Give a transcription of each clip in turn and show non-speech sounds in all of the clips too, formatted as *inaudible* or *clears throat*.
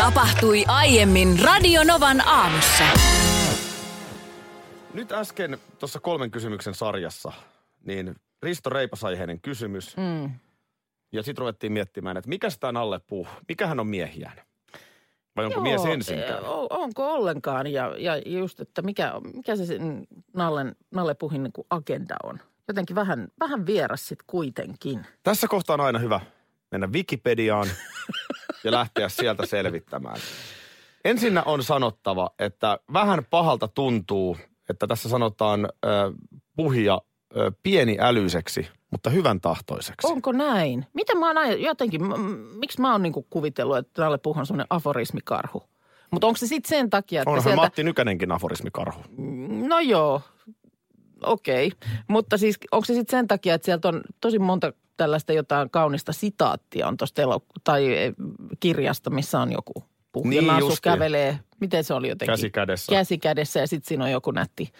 Tapahtui aiemmin Radionovan aamussa. Nyt äsken tuossa kolmen kysymyksen sarjassa, niin Risto Reipasaiheinen kysymys. Mm. Ja sitten ruvettiin miettimään, että mikä sitä alle puhuu, mikähän on miehiään? Vai onko mies ensin? eh, on- Onko ollenkaan ja, ja just, että mikä, on- mikä se sen Nallen, Nalle Puhin niin kuin agenda on. Jotenkin vähän, vähän vieras sit kuitenkin. Tässä kohtaa on aina hyvä mennä Wikipediaan *laughs* ja lähteä sieltä selvittämään. Ensinnä on sanottava, että vähän pahalta tuntuu, että tässä sanotaan ö, puhia ö, pieni älyiseksi, mutta hyvän tahtoiseksi. Onko näin? Miten mä oon aj- jotenkin, m- m- miksi mä oon niinku kuvitellut, että Nalle Puh on semmoinen aforismikarhu? Mutta onko se sitten sen takia, että Onhan sieltä... Matti Nykänenkin aforismikarhu. No joo, okei. Mutta siis onko se sitten sen takia, että sieltä on tosi monta tällaista jotain kaunista sitaattia on tuosta elok- tai eh, kirjasta, missä on joku puhuja Niin niin justiin. kävelee. Miten se oli jotenkin? Käsi kädessä. Käsi kädessä ja sitten siinä on joku nätti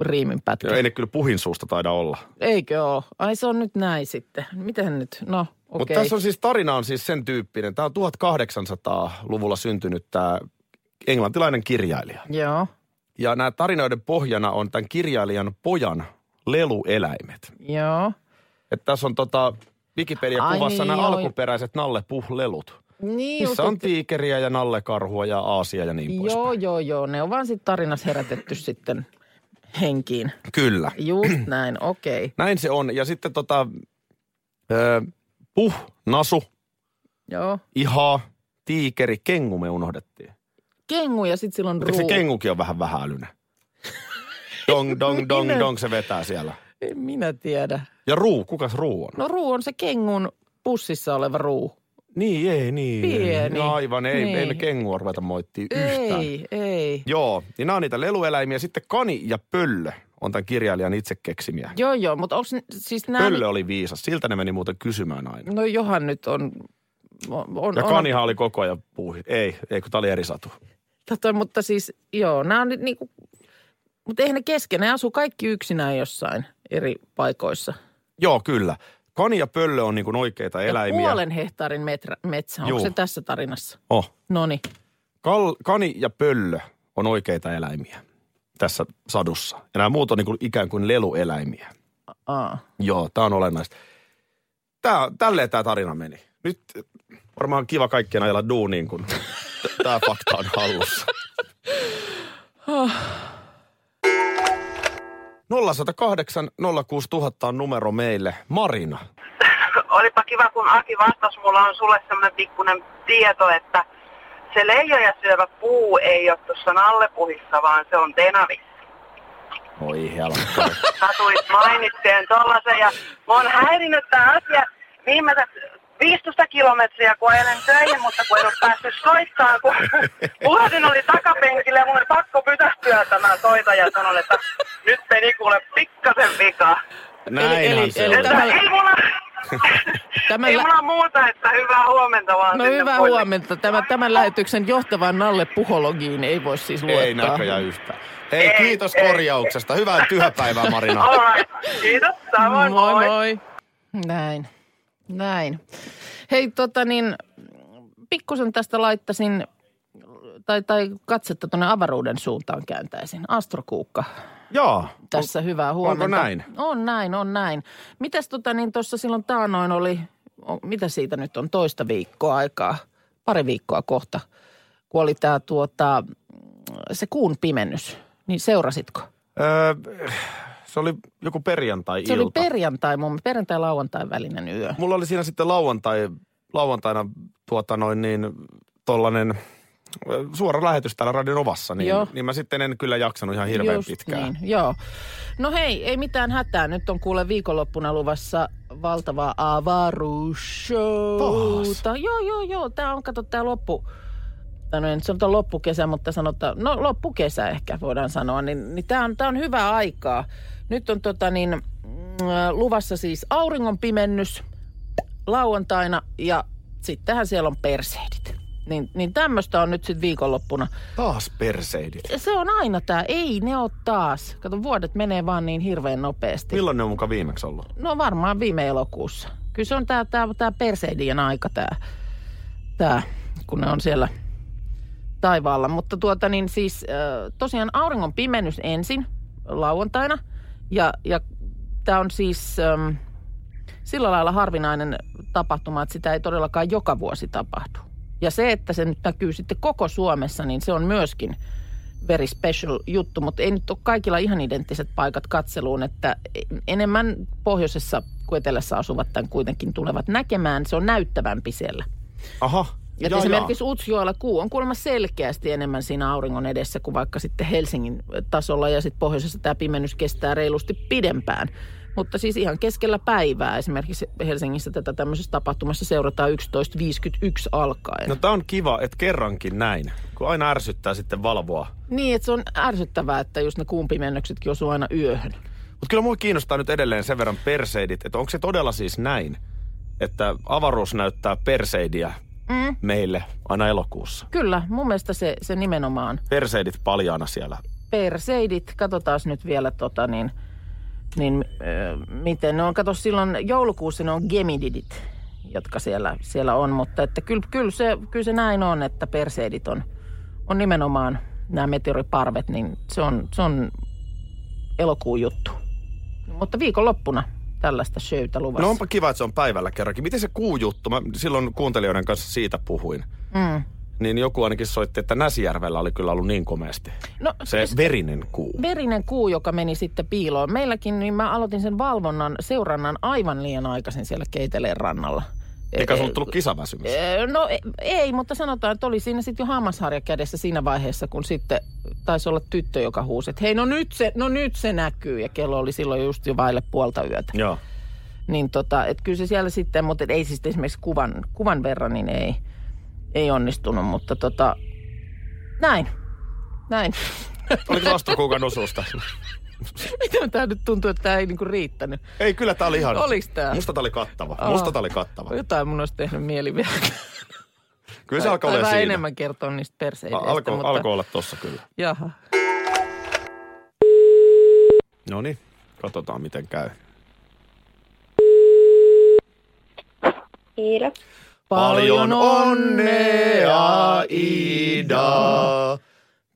riiminpätkä. Joo, Ei ne kyllä puhin suusta taida olla. Eikö oo? Ai se on nyt näin sitten. Miten nyt? No, Mutta okei. tässä on siis, tarina on siis sen tyyppinen. Tämä on 1800-luvulla syntynyt tämä englantilainen kirjailija. Joo, Ja nämä tarinoiden pohjana on tämän kirjailijan pojan lelueläimet. joo. Että tässä on tota Wikipedia-kuvassa Ai niin, nämä joo. alkuperäiset Nalle Puh-lelut. Niin, Missä just, on että- tiikeriä ja nallekarhua ja aasia ja niin poispäin. Joo, joo, joo. Ne on vaan sitten tarinassa herätetty sitten henkiin. Kyllä. Just näin, okei. Näin se on. Ja sitten tota, ö, puh, nasu, Joo. ihaa, tiikeri, kengu me unohdettiin. Kengu ja sitten silloin Mutta ruu. se kengukin on vähän vähälyinen? dong, dong, dong, Minä- dong, se vetää siellä. En minä tiedä. Ja ruu, kukas ruu on? No ruu on se kengun pussissa oleva ruu. Niin, ei, niin. Pieni. No aivan, ei, Niin. ei me kengua ruveta moittia yhtään. Ei, ei. Joo, niin nämä on niitä lelueläimiä. Sitten kani ja pöllö on tämän kirjailijan itse keksimiä. Joo, joo, mutta onko siis nämä... Pöllö oli viisas, siltä ne meni muuten kysymään aina. No johan nyt on... on, on Ja kanihan oli koko ajan puuhi. Ei, ei kun tämä oli eri satu. On, tota, mutta siis, joo, nämä on nyt niinku... Mutta eihän ne kesken, ne asuu kaikki yksinään jossain eri paikoissa. Joo, kyllä. Kani ja pöllö on niin kuin oikeita Ja eläimiä. puolen hehtaarin meträ, metsä, onko Juu. se tässä tarinassa? Oh. Noni. Kal- kani ja pöllö on oikeita eläimiä tässä sadussa. Ja nämä muut on niin kuin ikään kuin lelueläimiä. Aa. Joo, tämä on olennaista. Tää, tälleen tämä tarina meni. Nyt varmaan kiva kaikkien ajella duuniin, kun tämä fakta on hallussa. 0108 06000 on numero meille. Marina. olipa kiva, kun Aki vastasi, mulla on sulle semmoinen pikkuinen tieto, että se leijoja syövä puu ei ole tuossa nallepuhissa, vaan se on tenavissa. Oi helppo. Satuit mainitteen tollasen ja mä oon häirinnyt tää asia Niin viimeiset 15 kilometriä, kun ajelen töihin, mutta kun en ole päässyt soittaa, kun puhelin oli takapenkillä ja mun oli pakko pysähtyä tämä soita ja sanon, että nyt meni kuule pikkasen vika. Näinhän eli- se eli on. Että Tämä- ei mulla, Tämä ei lä- mulla muuta, että hyvää huomenta vaan. No sinne hyvää muille. huomenta. Tämä, tämän lähetyksen johtavaan Nalle Puhologiin ei voi siis luottaa. Ei näköjään yhtään. Hei, Ei, kiitos ei. korjauksesta. Hyvää työpäivää, *laughs* Marina. All right. Kiitos, samoin. moi, moi. Näin, näin. Hei tota niin, pikkusen tästä laittaisin, tai, tai katsetta tuonne avaruuden suuntaan kääntäisin. Astrokuukka Joo. tässä, on, hyvää huomenta. näin? On näin, on näin. Mitäs tota niin tuossa silloin taanoin oli, o, mitä siitä nyt on toista viikkoa aikaa, pari viikkoa kohta, kun oli tämä tuota, se kuun pimennys, niin seurasitko? Öö, se oli joku perjantai-ilta. Se oli perjantai, mun perjantai-lauantai välinen yö. Mulla oli siinä sitten lauantai, lauantaina tuota noin niin tollanen ö, suora lähetys täällä Radion Ovassa, niin, Joo. niin mä sitten en kyllä jaksanut ihan hirveän Just pitkään. Niin, joo. No hei, ei mitään hätää. Nyt on kuule viikonloppuna luvassa valtavaa avaruusshowta. Joo, joo, joo. Tämä on, kato, tämä loppu, tai no ei nyt sanota loppukesä, mutta sanotaan, no loppukesä ehkä voidaan sanoa, niin, niin tämä on, tää on hyvää aikaa. Nyt on tota niin, mm, luvassa siis auringonpimennys lauantaina ja sittenhän siellä on perseidit. Niin, niin tämmöistä on nyt sitten viikonloppuna. Taas perseidit. Se on aina tämä, ei ne ole taas. Kato, vuodet menee vaan niin hirveän nopeasti. Milloin ne on muka viimeksi ollut? No varmaan viime elokuussa. Kyllä se on tää, tää, tää perseidien aika tää, tää, kun ne on siellä taivaalla. Mutta tuota niin siis äh, tosiaan auringon pimennys ensin lauantaina. Ja, ja tämä on siis ähm, sillä lailla harvinainen tapahtuma, että sitä ei todellakaan joka vuosi tapahdu. Ja se, että se nyt näkyy sitten koko Suomessa, niin se on myöskin very special juttu, mutta ei nyt ole kaikilla ihan identtiset paikat katseluun, että enemmän pohjoisessa kuin etelässä asuvat tämän kuitenkin tulevat näkemään. Se on näyttävämpi siellä. Aha. Et esimerkiksi Utsjoella kuu on kuulemma selkeästi enemmän siinä auringon edessä kuin vaikka sitten Helsingin tasolla ja sitten pohjoisessa tämä pimennys kestää reilusti pidempään. Mutta siis ihan keskellä päivää esimerkiksi Helsingissä tätä tämmöisessä tapahtumassa seurataan 11.51 alkaen. No tää on kiva, että kerrankin näin. Kun aina ärsyttää sitten valvoa. Niin, että se on ärsyttävää, että just ne kuumpimennyksetkin osuu aina yöhön. Mutta kyllä mua kiinnostaa nyt edelleen sen verran perseidit, että onko se todella siis näin, että avaruus näyttää perseidiä mm. meille aina elokuussa. Kyllä, mun mielestä se, se nimenomaan. Perseidit paljaana siellä. Perseidit, katsotaan nyt vielä tota niin, niin ö, miten ne on. Kato silloin joulukuussa ne on gemididit, jotka siellä, siellä on, mutta että kyllä, kyllä, se, kyllä se näin on, että perseidit on, on nimenomaan nämä meteoriparvet, niin se on, se on elokuun juttu. Mutta viikonloppuna tällaista showta luvassa. No onpa kiva, että se on päivällä kerrankin. Miten se kuujuttu? Mä silloin kuuntelijoiden kanssa siitä puhuin. mm. Niin joku ainakin soitti, että Näsijärvellä oli kyllä ollut niin komeasti. no Se verinen kuu. verinen kuu, joka meni sitten piiloon. Meilläkin, niin mä aloitin sen valvonnan, seurannan aivan liian aikaisin siellä Keiteleen rannalla. Eikä Eh, sulla tullut kisaväsymys. eh, No e- ei, mutta sanotaan, että oli siinä sitten jo hammasharja kädessä siinä vaiheessa, kun sitten taisi olla tyttö, joka huusi, että hei, no nyt se, no nyt se näkyy. Ja kello oli silloin just jo vaille puolta yötä. Joo. Niin tota, että kyllä se siellä sitten, mutta et ei siis esimerkiksi kuvan, kuvan verran, niin ei, ei onnistunut, mutta tota, näin, näin. *laughs* Oliko vastakuukan *laughs* osuusta? Miten tämä nyt tuntuu, että tämä ei niinku riittänyt? Ei, kyllä tää oli ihan... Oliks tää? Musta tää oli kattava. Aa. Musta tää oli kattava. Jotain mun olisi tehnyt mieli vielä. Kyllä se alkoi Tai olla vähän siinä. enemmän kertoa niistä perseideistä. A- alkoi, mutta... alkoi olla tossa kyllä. Jaha. No niin, katsotaan miten käy. Kiitos. Paljon onnea, Ida.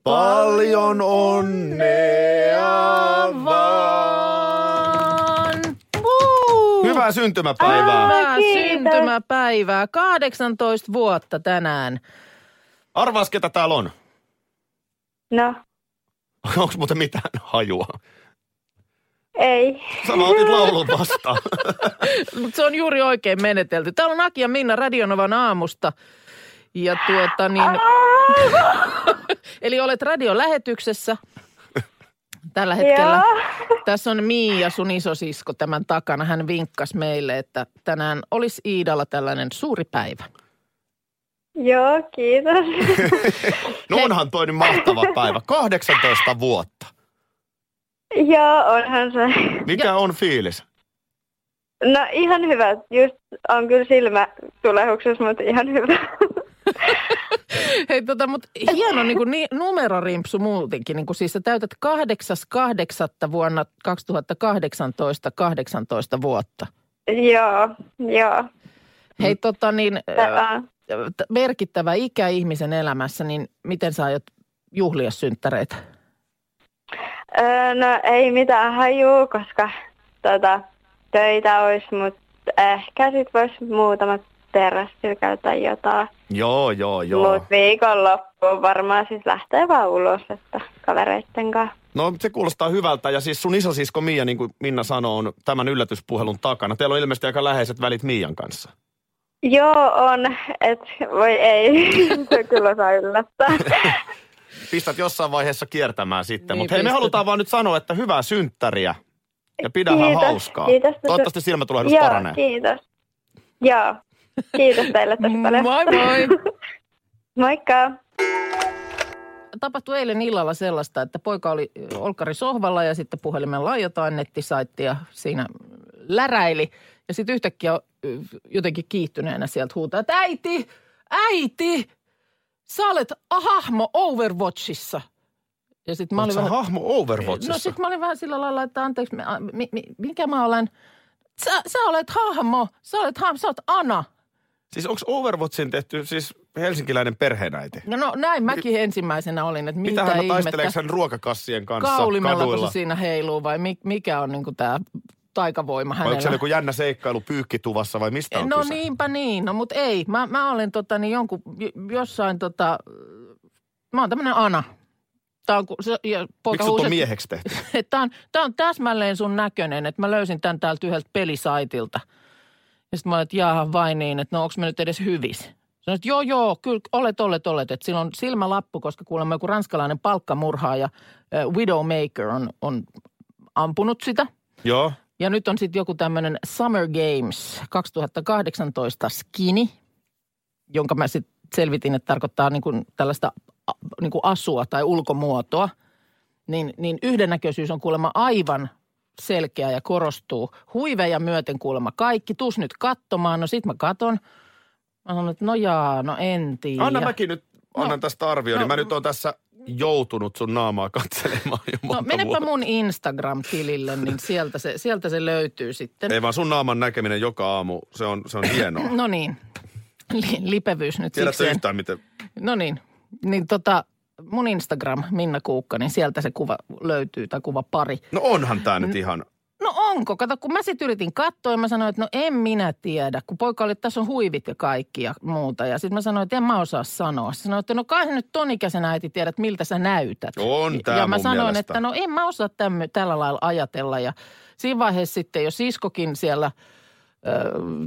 Paljon onnea vaan. Hyvää syntymäpäivää. Hyvää syntymäpäivää. 18 vuotta tänään. Arvaas, ketä täällä on. No, Onko muuten mitään hajua? ei. Sä vaan otit laulun vastaan. Mutta se on juuri oikein menetelty. Täällä on Aki ja Minna Radionovan aamusta. Ja tuota niin... *laughs* Eli olet radiolähetyksessä tällä hetkellä. Joo. Tässä on Miia, sun isosisko, tämän takana. Hän vinkkas meille, että tänään olisi Iidalla tällainen suuri päivä. Joo, kiitos. *laughs* No onhan toi nyt mahtava päivä. 18 vuotta. Joo, onhan se. Mikä on fiilis? No ihan hyvä. Just on kyllä silmä tulehuksessa, mutta ihan hyvä. *laughs* Hei, tota, mutta hieno niin kuin, ni, numerorimpsu muutenkin. Niin kuin, siis sä täytät 8.8. vuonna 2018 18 vuotta. joo, joo. Hei, tota niin, äh, Tämä. t- merkittävä ikä ihmisen elämässä, niin miten sä aiot juhlia synttäreitä? Öö, no ei mitään hajuu, koska tota, töitä olisi, mutta ehkä sit voisi muutamat terrassilla käyttää jotain. Joo, joo, joo. Mutta viikonloppuun varmaan siis lähtee vaan ulos, että kavereitten kanssa. No se kuulostaa hyvältä ja siis sun isosisko Miia, niin kuin Minna sanoo, on tämän yllätyspuhelun takana. Teillä on ilmeisesti aika läheiset välit Miian kanssa. Joo, on. Et, voi ei, *laughs* se kyllä saa yllättää. Pistät jossain vaiheessa kiertämään sitten, Niin, mutta hei me pistät. halutaan vaan nyt sanoa, että hyvää synttäriä ja pidähän Kiitos, hauskaa. kiitos. Toivottavasti silmätulehdus Joo, paranee. kiitos. *laughs* Joo, kiitos teille tosi paljon. Moi moi! Moikka! tapahtui eilen illalla sellaista, että poika oli olkari sohvalla ja sitten puhelimen laajataan nettisaitti ja siinä läräili. Ja sitten yhtäkkiä ö, jotenkin kiihtyneenä sieltä huutaa, että äiti, äiti, sä olet hahmo Overwatchissa. Ja sitten mä Oletko olin sä vähän, hahmo Overwatchissa? no sit mä olin vähän sillä lailla, että anteeksi, mä- mi, mi, mikä mä olen? Sä, sä olet hahmo, sä olet hahmo, sä oot Ana. Siis onko Overwatchin tehty siis helsinkiläinen perheenäiti? No, no näin mäkin ensimmäisenä olin, että mitä Mitä hän ihmettä. taisteleeko hän ruokakassien kanssa Kaulimella, kun kaduilla? se siinä heiluu vai mi- mikä on niinku tämä taikavoima Vai onko siellä hänellä? joku jännä seikkailu pyykkituvassa vai mistä on No kyse? niinpä niin, no mutta ei. Mä, mä olen tota, niin jonkun, j- jossain tota, mä oon tämmönen Ana. Tää on, ku- se, ja poika Miksi sut on huusi, mieheksi tehty? *laughs* että tää on, tää on täsmälleen sun näköinen, että mä löysin tän täältä yhdeltä pelisaitilta. Ja sitten mä olin, että jaaha vai niin, että no onks mä nyt edes hyvis? Sanoin, että joo, joo, kyllä olet, olet, olet. Että sillä on silmälappu, koska kuulemma joku ranskalainen palkkamurhaaja, äh, Widowmaker, on, on ampunut sitä. Joo. Ja nyt on sitten joku tämmöinen Summer Games 2018 skini, jonka mä sitten selvitin, että tarkoittaa niin kuin tällaista a- niin kuin asua tai ulkomuotoa. Niin, niin yhdennäköisyys on kuulemma aivan selkeä ja korostuu. Huiveja myöten kuulemma kaikki. Tuus nyt katsomaan. No sit mä katon. Mä sanon, että no jaa, no en tiedä. Anna mäkin nyt, annan No, tästä arvioon. niin no- Mä nyt oon tässä joutunut sun naamaa katselemaan jo monta No menepä vuotta. mun Instagram-tilille, niin sieltä se, sieltä se löytyy sitten. Ei vaan sun naaman näkeminen joka aamu, se on, se on *laughs* hienoa. No niin, Li- lipevyys nyt Tiedätkö sikseen. yhtään, miten No niin, niin tota, mun Instagram, Minna Kuukka, niin sieltä se kuva löytyy tai kuva pari. No onhan tää nyt ihan. No onko? Kato, kun mä sitten yritin katsoa ja mä sanoin, että no en minä tiedä, kun poika oli, että tässä on huivit ja kaikki ja muuta. Ja sitten mä sanoin, että en mä osaa sanoa. Se sanoi, että no kai sä nyt ton ikäisenä äiti tiedät, miltä sä näytät. On tää Ja mä mun sanoin, mielestä. että no en mä osaa tämmö, tällä lailla ajatella. Ja siinä vaiheessa sitten jo siskokin siellä ö,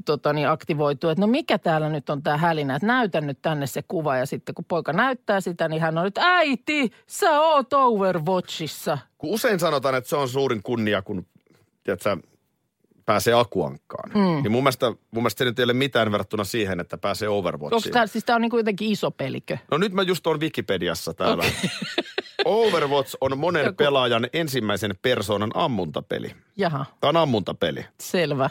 tota niin, aktivoituu, että no mikä täällä nyt on tämä hälinä, että näytä nyt tänne se kuva. Ja sitten kun poika näyttää sitä, niin hän on nyt, äiti, sä oot Overwatchissa. Kun usein sanotaan, että se on suurin kunnia, kun tiedätkö, pääsee akuankkaan. Mm. Niin mun mielestä, mun mielestä se nyt ei ole mitään verrattuna siihen, että pääsee Onko Overwatchiin. tää, siis tää on niin kuin jotenkin iso pelikö? No nyt mä just on Wikipediassa täällä. Overwatch on monen Joku- pelaajan ensimmäisen persoonan ammuntapeli. Jaha, Tämä on ammuntapeli. selvä.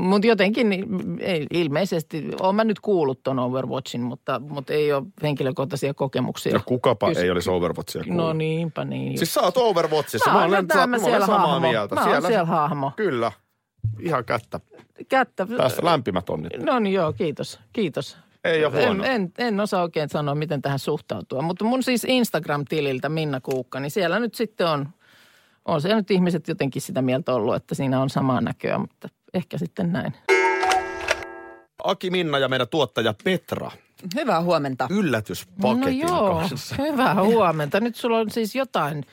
Mutta jotenkin, niin, m- ei, ilmeisesti, oon mä nyt kuullut ton Overwatchin, mutta, mutta ei ole henkilökohtaisia kokemuksia. Ja kukapa Kysy- ei olisi Overwatchia kuullut. No niinpä niin. Siis sä oot Overwatchissa. Mä oon- no tää mä olen siellä samaa hahmo. mieltä. Mä oon siellä hahmo. Kyllä. Ihan kättä. Kättä. Tästä lämpimät onnit. No niin joo, kiitos, kiitos. Ei ole En, huono. en, en osaa oikein sanoa, miten tähän suhtautua, mutta mun siis Instagram-tililtä Minna Kuukka, niin siellä nyt sitten on, on siellä nyt ihmiset jotenkin sitä mieltä ollut, että siinä on samaa näköä, mutta ehkä sitten näin. Aki Minna ja meidän tuottaja Petra. Hyvää huomenta. Yllätyspaketin no joo, kanssa. hyvää huomenta. Nyt sulla on siis jotain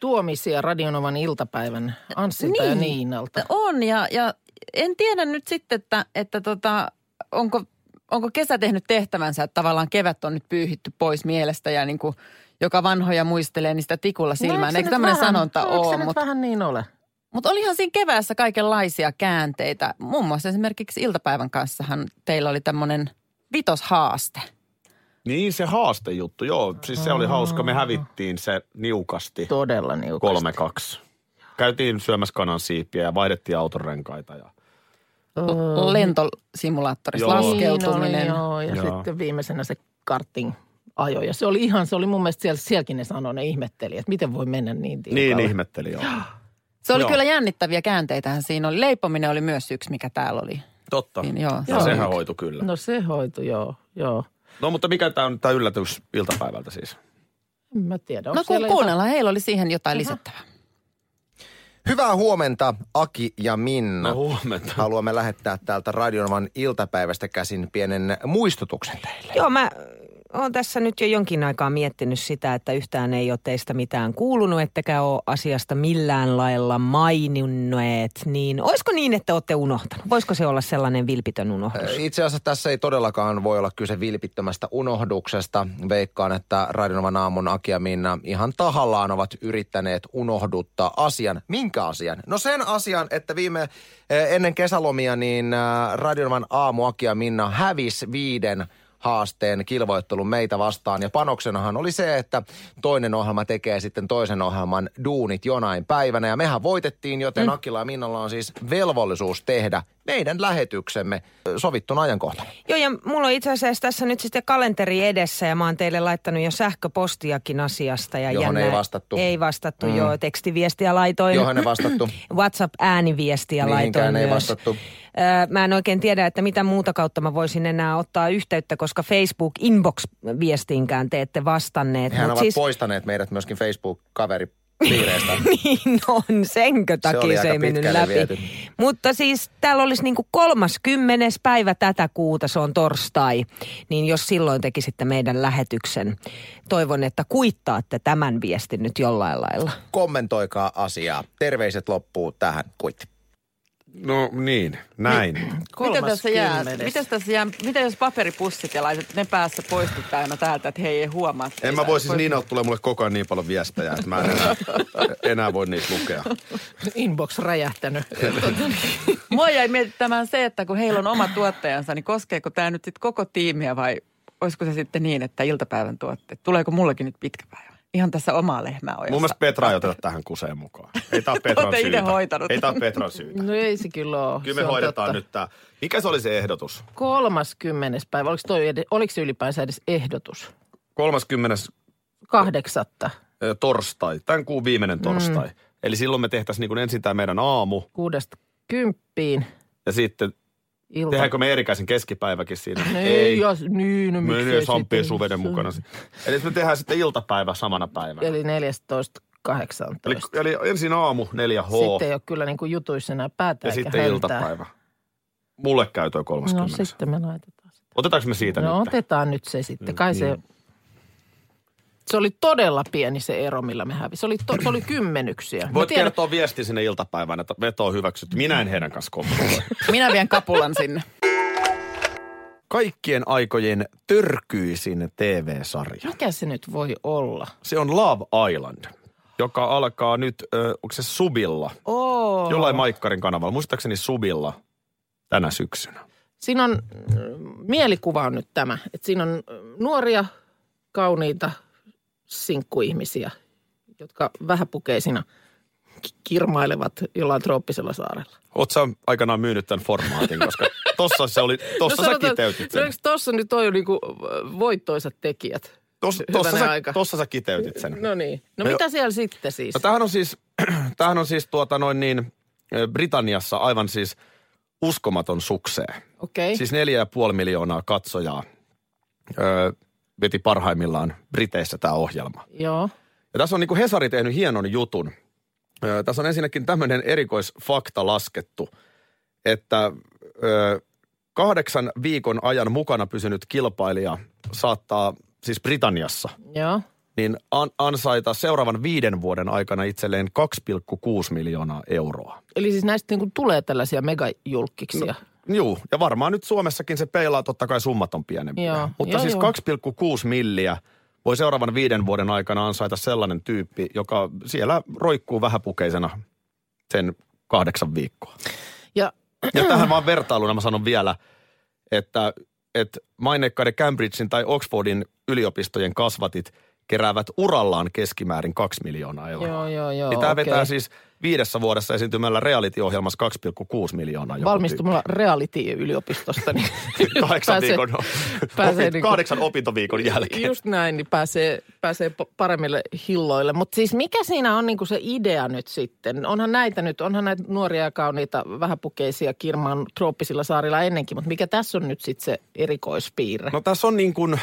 tuomisia Radionovan iltapäivän Anssilta niin. ja Niin. Niinalta. On ja, ja en tiedä nyt sitten, että, että tota, onko, onko kesä tehnyt tehtävänsä, että tavallaan kevät on nyt pyyhitty pois mielestä ja niin kuin, joka vanhoja muistelee, niin sitä No, tikulla silmään. Eikö tämmöinen sanonta ole? ole? se nyt Mutta vähän niin ole? mut olihan siinä keväässä kaikenlaisia käänteitä. Muun muassa esimerkiksi iltapäivän kanssahan teillä oli tämmöinen vitoshaaste. Niin se haastejuttu, joo. Siis se oli hauska. Me hävittiin se niukasti. Todella niukasti. 3-2. Käytiin syömässä kanan siipiä ja vaihdettiin autonrenkaita. Ja... L- lentosimulaattorissa Joo. laskeutuminen. Niin oli, joo, ja Joo. joo. sitten viimeisenä se karting ajo. Ja se oli ihan, se oli mun mielestä siellä, sielläkin ne sanoi, ne ihmetteli, että miten voi mennä niin tiukalle. Niin ihmetteli joo. Se oli Joo. kyllä jännittäviä käänteitähän siinä oli. Leipominen oli myös yksi, mikä täällä oli. Totta. Niin, joo. Ja Joo. sehän hoitu kyllä. No se hoitu, joo, joo. No mutta mikä tämä on tämä yllätys iltapäivältä siis? En mä tiedä, onko No kun siellä kuunnellaan, heillä oli siihen jotain lisättävää. Hyvää huomenta Aki ja Minna. No huomenta. Haluamme lähettää täältä Radionovan iltapäivästä käsin pienen muistutuksen teille. Joo, mä oon tässä nyt jo jonkin aikaa miettinyt sitä, että yhtään ei ole teistä mitään kuulunut, ettekä ole asiasta millään lailla maininneet. Niin olisiko niin, että olette unohtanut? Voisiko se olla sellainen vilpitön unohdus? Itse asiassa tässä ei todellakaan voi olla kyse vilpittömästä unohduksesta. Veikkaan, että Radionovan aamun Aki ja Minna ihan tahallaan ovat yrittäneet unohduttaa asian. Minkä asian? No sen asian, että viime eh, ennen kesälomia niin eh, Radionovan aamu Aki ja Minna hävisi viiden haasteen kilvoittelun meitä vastaan. Ja panoksenahan oli se, että toinen ohjelma tekee sitten toisen ohjelman duunit jonain päivänä. Ja mehän voitettiin, joten mm. Akilla ja Minnalla on siis velvollisuus tehdä meidän lähetyksemme ö, *laughs* sovittuna ajankohtana. Joo, ja mulla on itse asiassa tässä nyt sitten kalenteri edessä ja mä oon teille laittanut jo sähköpostiakin asiasta. Ja Johon jännä, ei vastattu. Ei vastattu, mm. joo. Tekstiviestiä laitoin. Johon ei vastattu. WhatsApp-ääniviestiä Mihinkään laitoin ei myös. vastattu. Öö, Mä en oikein tiedä, että mitä muuta kautta mä voisin enää ottaa yhteyttä, koska Facebook-inbox-viestiinkään te ette vastanneet. Hehän Mut ovat siis... poistaneet meidät myöskin Facebook-kaveripiireistä. *laughs* niin on, senkö oli takia se, aika ei mennyt pitkälle läpi. viety. Mutta siis täällä olisi niin kuin 30. päivä tätä kuuta, se on torstai, niin jos silloin tekisitte meidän lähetyksen, toivon, että kuittaatte tämän viestin nyt jollain lailla. Kommentoikaa asiaa. Terveiset loppuu tähän. Kuitti. No niin, näin. Mitä tässä jää? Kolmaskymmenes. Mitäs tässä jää? Mitä jos paperipussit ja laitat ne päässä poistut aina täältä, että hei ei huomaa. En mä voi siis, Niina tulee mulle koko ajan niin paljon viestejä, että mä en *laughs* enää, enää voi niitä lukea. *laughs* Inbox räjähtänyt. Mua jäi mietittämään se, että kun heillä on oma tuottajansa, niin koskeeko tämä nyt sitten koko tiimiä vai olisiko se sitten niin, että iltapäivän tuotte? Tuleeko mullakin nyt pitkä päivä? Ihan tässä omaa lehmää ojassa. Mun mielestä Petra ei oteta tähän kuseen mukaan. Ei *laughs* tää ole Petran Ootte itse syytä. hoitanut. Ei tää ole Petran syytä. No ei se kyllä ole. Kyllä me Se on hoidetaan totta. nyt tää. Mikä se oli se ehdotus? 30. päivä, oliko, toi ed- oliko se ylipäänsä edes ehdotus? 30. Kahdeksatta, ö, torstai, tämän kuun viimeinen torstai. Mm. Eli silloin me tehtäisiin niin kuin ensin tämä meidän aamu kuudesta kymppiin ja sitten ilta. tehdäänkö me erikäisen keskipäiväkin siinä? No Ei, jos, niin, no miksei Menee Sampien sitten. suveden mukana. Eli me tehdään sitten iltapäivä samana päivänä. Eli 14, 18. Eli, eli ensin aamu 4H Sitten ei ole kyllä niin kuin jutuissa enää päätä ja eikä sitten häntää. iltapäivä. Mulle käytö on 30. No sitten me laitetaan sitä. Otetaanko me siitä No nyt? Mm, niin. otetaan nyt se sitten. Kai se... Se oli todella pieni se ero, millä me hävisi. Se oli, to, se oli kymmenyksiä. Mä Voit tiedän- kertoa viesti sinne iltapäivänä, että veto on hyväksytty. Minä en heidän kanssa *laughs* kommentoi. Minä vien kapulan sinne. Kaikkien aikojen törkyisin TV-sarja. Mikä se nyt voi olla? Se on Love Island, joka alkaa nyt, ö, onko se Subilla? Oo. Jollain Maikkarin kanavalla, muistaakseni Subilla tänä syksynä. Siinä on, mm, mielikuva on nyt tämä, että siinä on mm, nuoria, kauniita sinkkuihmisiä, jotka vähäpukeisina ki- kirmailevat jollain trooppisella saarella. Oot sä aikanaan myynyt tämän formaatin, koska *laughs* tossa se oli, tossa no, sä kiteytit no sen. eikö tossa nyt toi niinku voittoisat tekijät? Tos, Hyvänen tossa, sä, aika. tossa sä kiteytit sen. No niin. No Me- mitä siellä sitten siis? No, tämähän on siis, *clears throat* tämähän on siis tuota noin niin, ö, Britanniassa aivan siis uskomaton sukseen. Okei. Siis neljä ja puoli miljoonaa katsojaa öö, veti parhaimmillaan Briteissä tämä ohjelma. Joo. Ja tässä on niin kuin Hesari tehnyt hienon jutun. Öö, tässä on ensinnäkin tämmöinen erikoisfakta laskettu, että öö, kahdeksan viikon ajan mukana pysynyt kilpailija saattaa siis Britanniassa Joo. niin an- ansaita seuraavan viiden vuoden aikana itselleen 2,6 miljoonaa euroa. Eli siis näistä niinku tulee tällaisia megajulkkiksia. No. Juu, ja varmaan nyt Suomessakin se peilaa, totta kai summat on pienempiä. Joo, Mutta joo, siis joo. 2,6 milliä voi seuraavan viiden vuoden aikana ansaita sellainen tyyppi, joka siellä roikkuu vähäpukeisena sen kahdeksan viikkoa. Ja Ja tähän vaan vertailuna mä sanon vielä, että, että maineikkaiden Cambridgein tai Oxfordin yliopistojen kasvatit keräävät urallaan keskimäärin 2 miljoonaa euroa. Joo, joo, joo, Niin tämä okei. vetää siis viidessä vuodessa esiintymällä reality-ohjelmassa 2,6 miljoonaa. joku valmistumalla reality-yliopistosta, niin tyyppi. Kahdeksan, pääsee- viikon, pääsee opin, niinku- kahdeksan opintoviikon jälkeen. Just näin, niin pääsee, pääsee po- paremmille hilloille. Mutta siis mikä siinä on niinku se idea nyt sitten? Onhan näitä nyt, onhan näitä nuoria ja kauniita vähäpukeisia kirmaan trooppisilla saarilla ennenkin, mutta mikä tässä on nyt sitten se erikoispiirre? No tässä on niin kuin,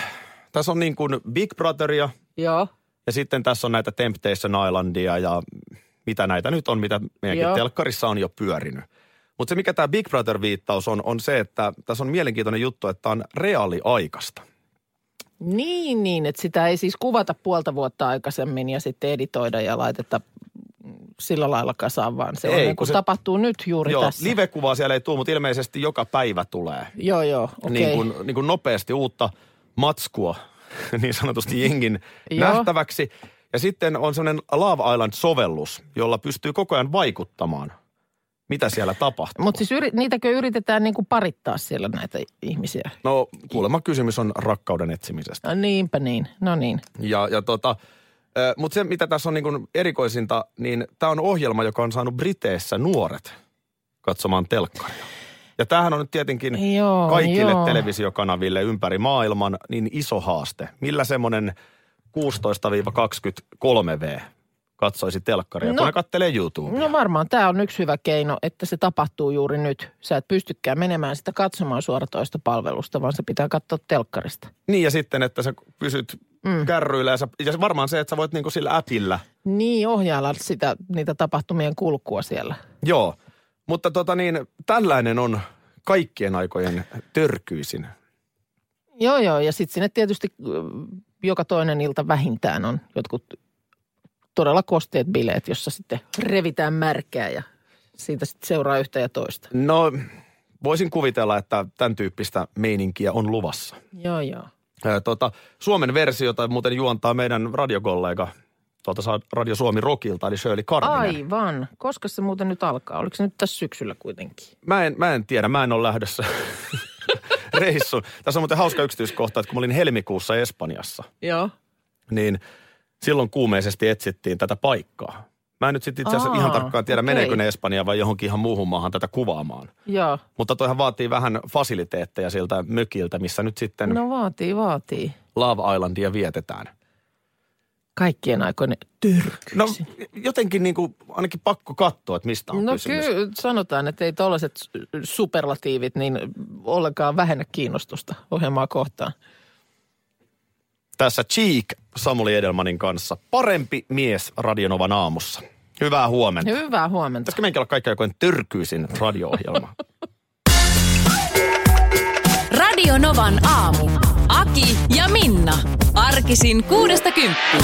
tässä on niin kuin Big Brotheria Joo, ja sitten tässä on näitä Temptation Islandia ja mitä näitä nyt on, mitä meidänkin Joo. Joo. telkkarissa on jo pyörinyt. Mutta se, mikä tämä Big Brother-viittaus on, on se, että tässä on mielenkiintoinen juttu, että tämä on reaaliaikasta. niin niin, että sitä ei siis kuvata puolta vuotta aikaisemmin ja sitten editoida ja laiteta sillä lailla kasaan, vaan se, ei, on, Ei, niin kun kuin se- se tapahtuu nyt juuri Joo, tässä. live-kuvaa siellä ei tule, mutta ilmeisesti joka päivä tulee. Joo, joo, okei. Okay. Niin, kuin, niin kuin nopeasti uutta matskua *laughs* niin sanotusti jengin Joo. nähtäväksi. Ja sitten on semmoinen Love Island-sovellus, jolla pystyy koko ajan vaikuttamaan mitä siellä tapahtuu. Mutta siis yri, niitäkö yritetään niinku parittaa siellä näitä ihmisiä? No kuulemma kysymys on rakkauden etsimisestä. No niinpä niin, no niin. Ja, ja tota, mutta se mitä tässä on niin kun erikoisinta, niin tämä on ohjelma, joka on saanut Briteissä nuoret katsomaan telkkaria. Ja tämähän on nyt tietenkin Joo, kaikille joo. televisiokanaville ympäri maailman niin iso haaste. Millä semmoinen 16-23V katsoisi telkkaria, no. No. kun ne kattelee YouTubea? No varmaan tämä on yksi hyvä keino, että se tapahtuu juuri nyt. Sä et pystykään menemään sitä katsomaan suoratoista palvelusta, vaan se pitää katsoa telkkarista. Niin ja sitten, että sä pysyt mm. kärryillä ja, sä, ja se varmaan se, että sä voit niinku sillä äpillä. Niin, ohjailla sitä, niitä tapahtumien kulkua siellä. Joo, mutta tota niin, tällainen on kaikkien aikojen törkyisin. Joo, joo. Ja sitten sinne tietysti ö, joka toinen ilta vähintään on jotkut todella kosteet bileet, jossa sitten revitään märkää ja siitä sitten seuraa yhtä ja toista. No voisin kuvitella, että tämän tyyppistä meininkiä on luvassa. Joo, joo. Ää, Tota, Suomen versiota muuten juontaa meidän radiokollega tuolta Sa- Radio Suomi Rokilta, eli Shirley Karvinen. Aivan. Koska se muuten nyt alkaa? Oliko se nyt tässä syksyllä kuitenkin? Mä en, mä en tiedä, mä en ole lähdössä *laughs* reissuun. Tässä on muuten hauska yksityiskohta, että kun mä olin helmikuussa Espanjassa, Joo. niin silloin kuumeisesti etsittiin tätä paikkaa. Mä en nyt sitten itse asiassa Aa, ihan tarkkaan tiedä, okei. meneekö ne Espanjaan vai johonkin ihan muuhun maahan tätä kuvaamaan. Joo. Mutta toihan vaatii vähän fasiliteetteja siltä mökiltä, missä nyt sitten no. No vaatii, vaatii. Love Islandia vietetään. Kaikkien aikoinen tyrky. No jotenkin niin kuin, ainakin pakko katsoa, että mistä on No kysymys. kyllä sanotaan, että ei tuollaiset superlatiivit niin ollenkaan vähennä kiinnostusta ohjelmaa kohtaan. Tässä Cheek Samuli Edelmanin kanssa. Parempi mies Radionovan aamussa. Hyvää huomenta. Hyvää huomenta. Pitäisikö meidänkin olla kaikki aikojen törkyisin radio-ohjelma? Radio Novan aamu. Aki ja Minna. Arkisin kuudesta kymppiin.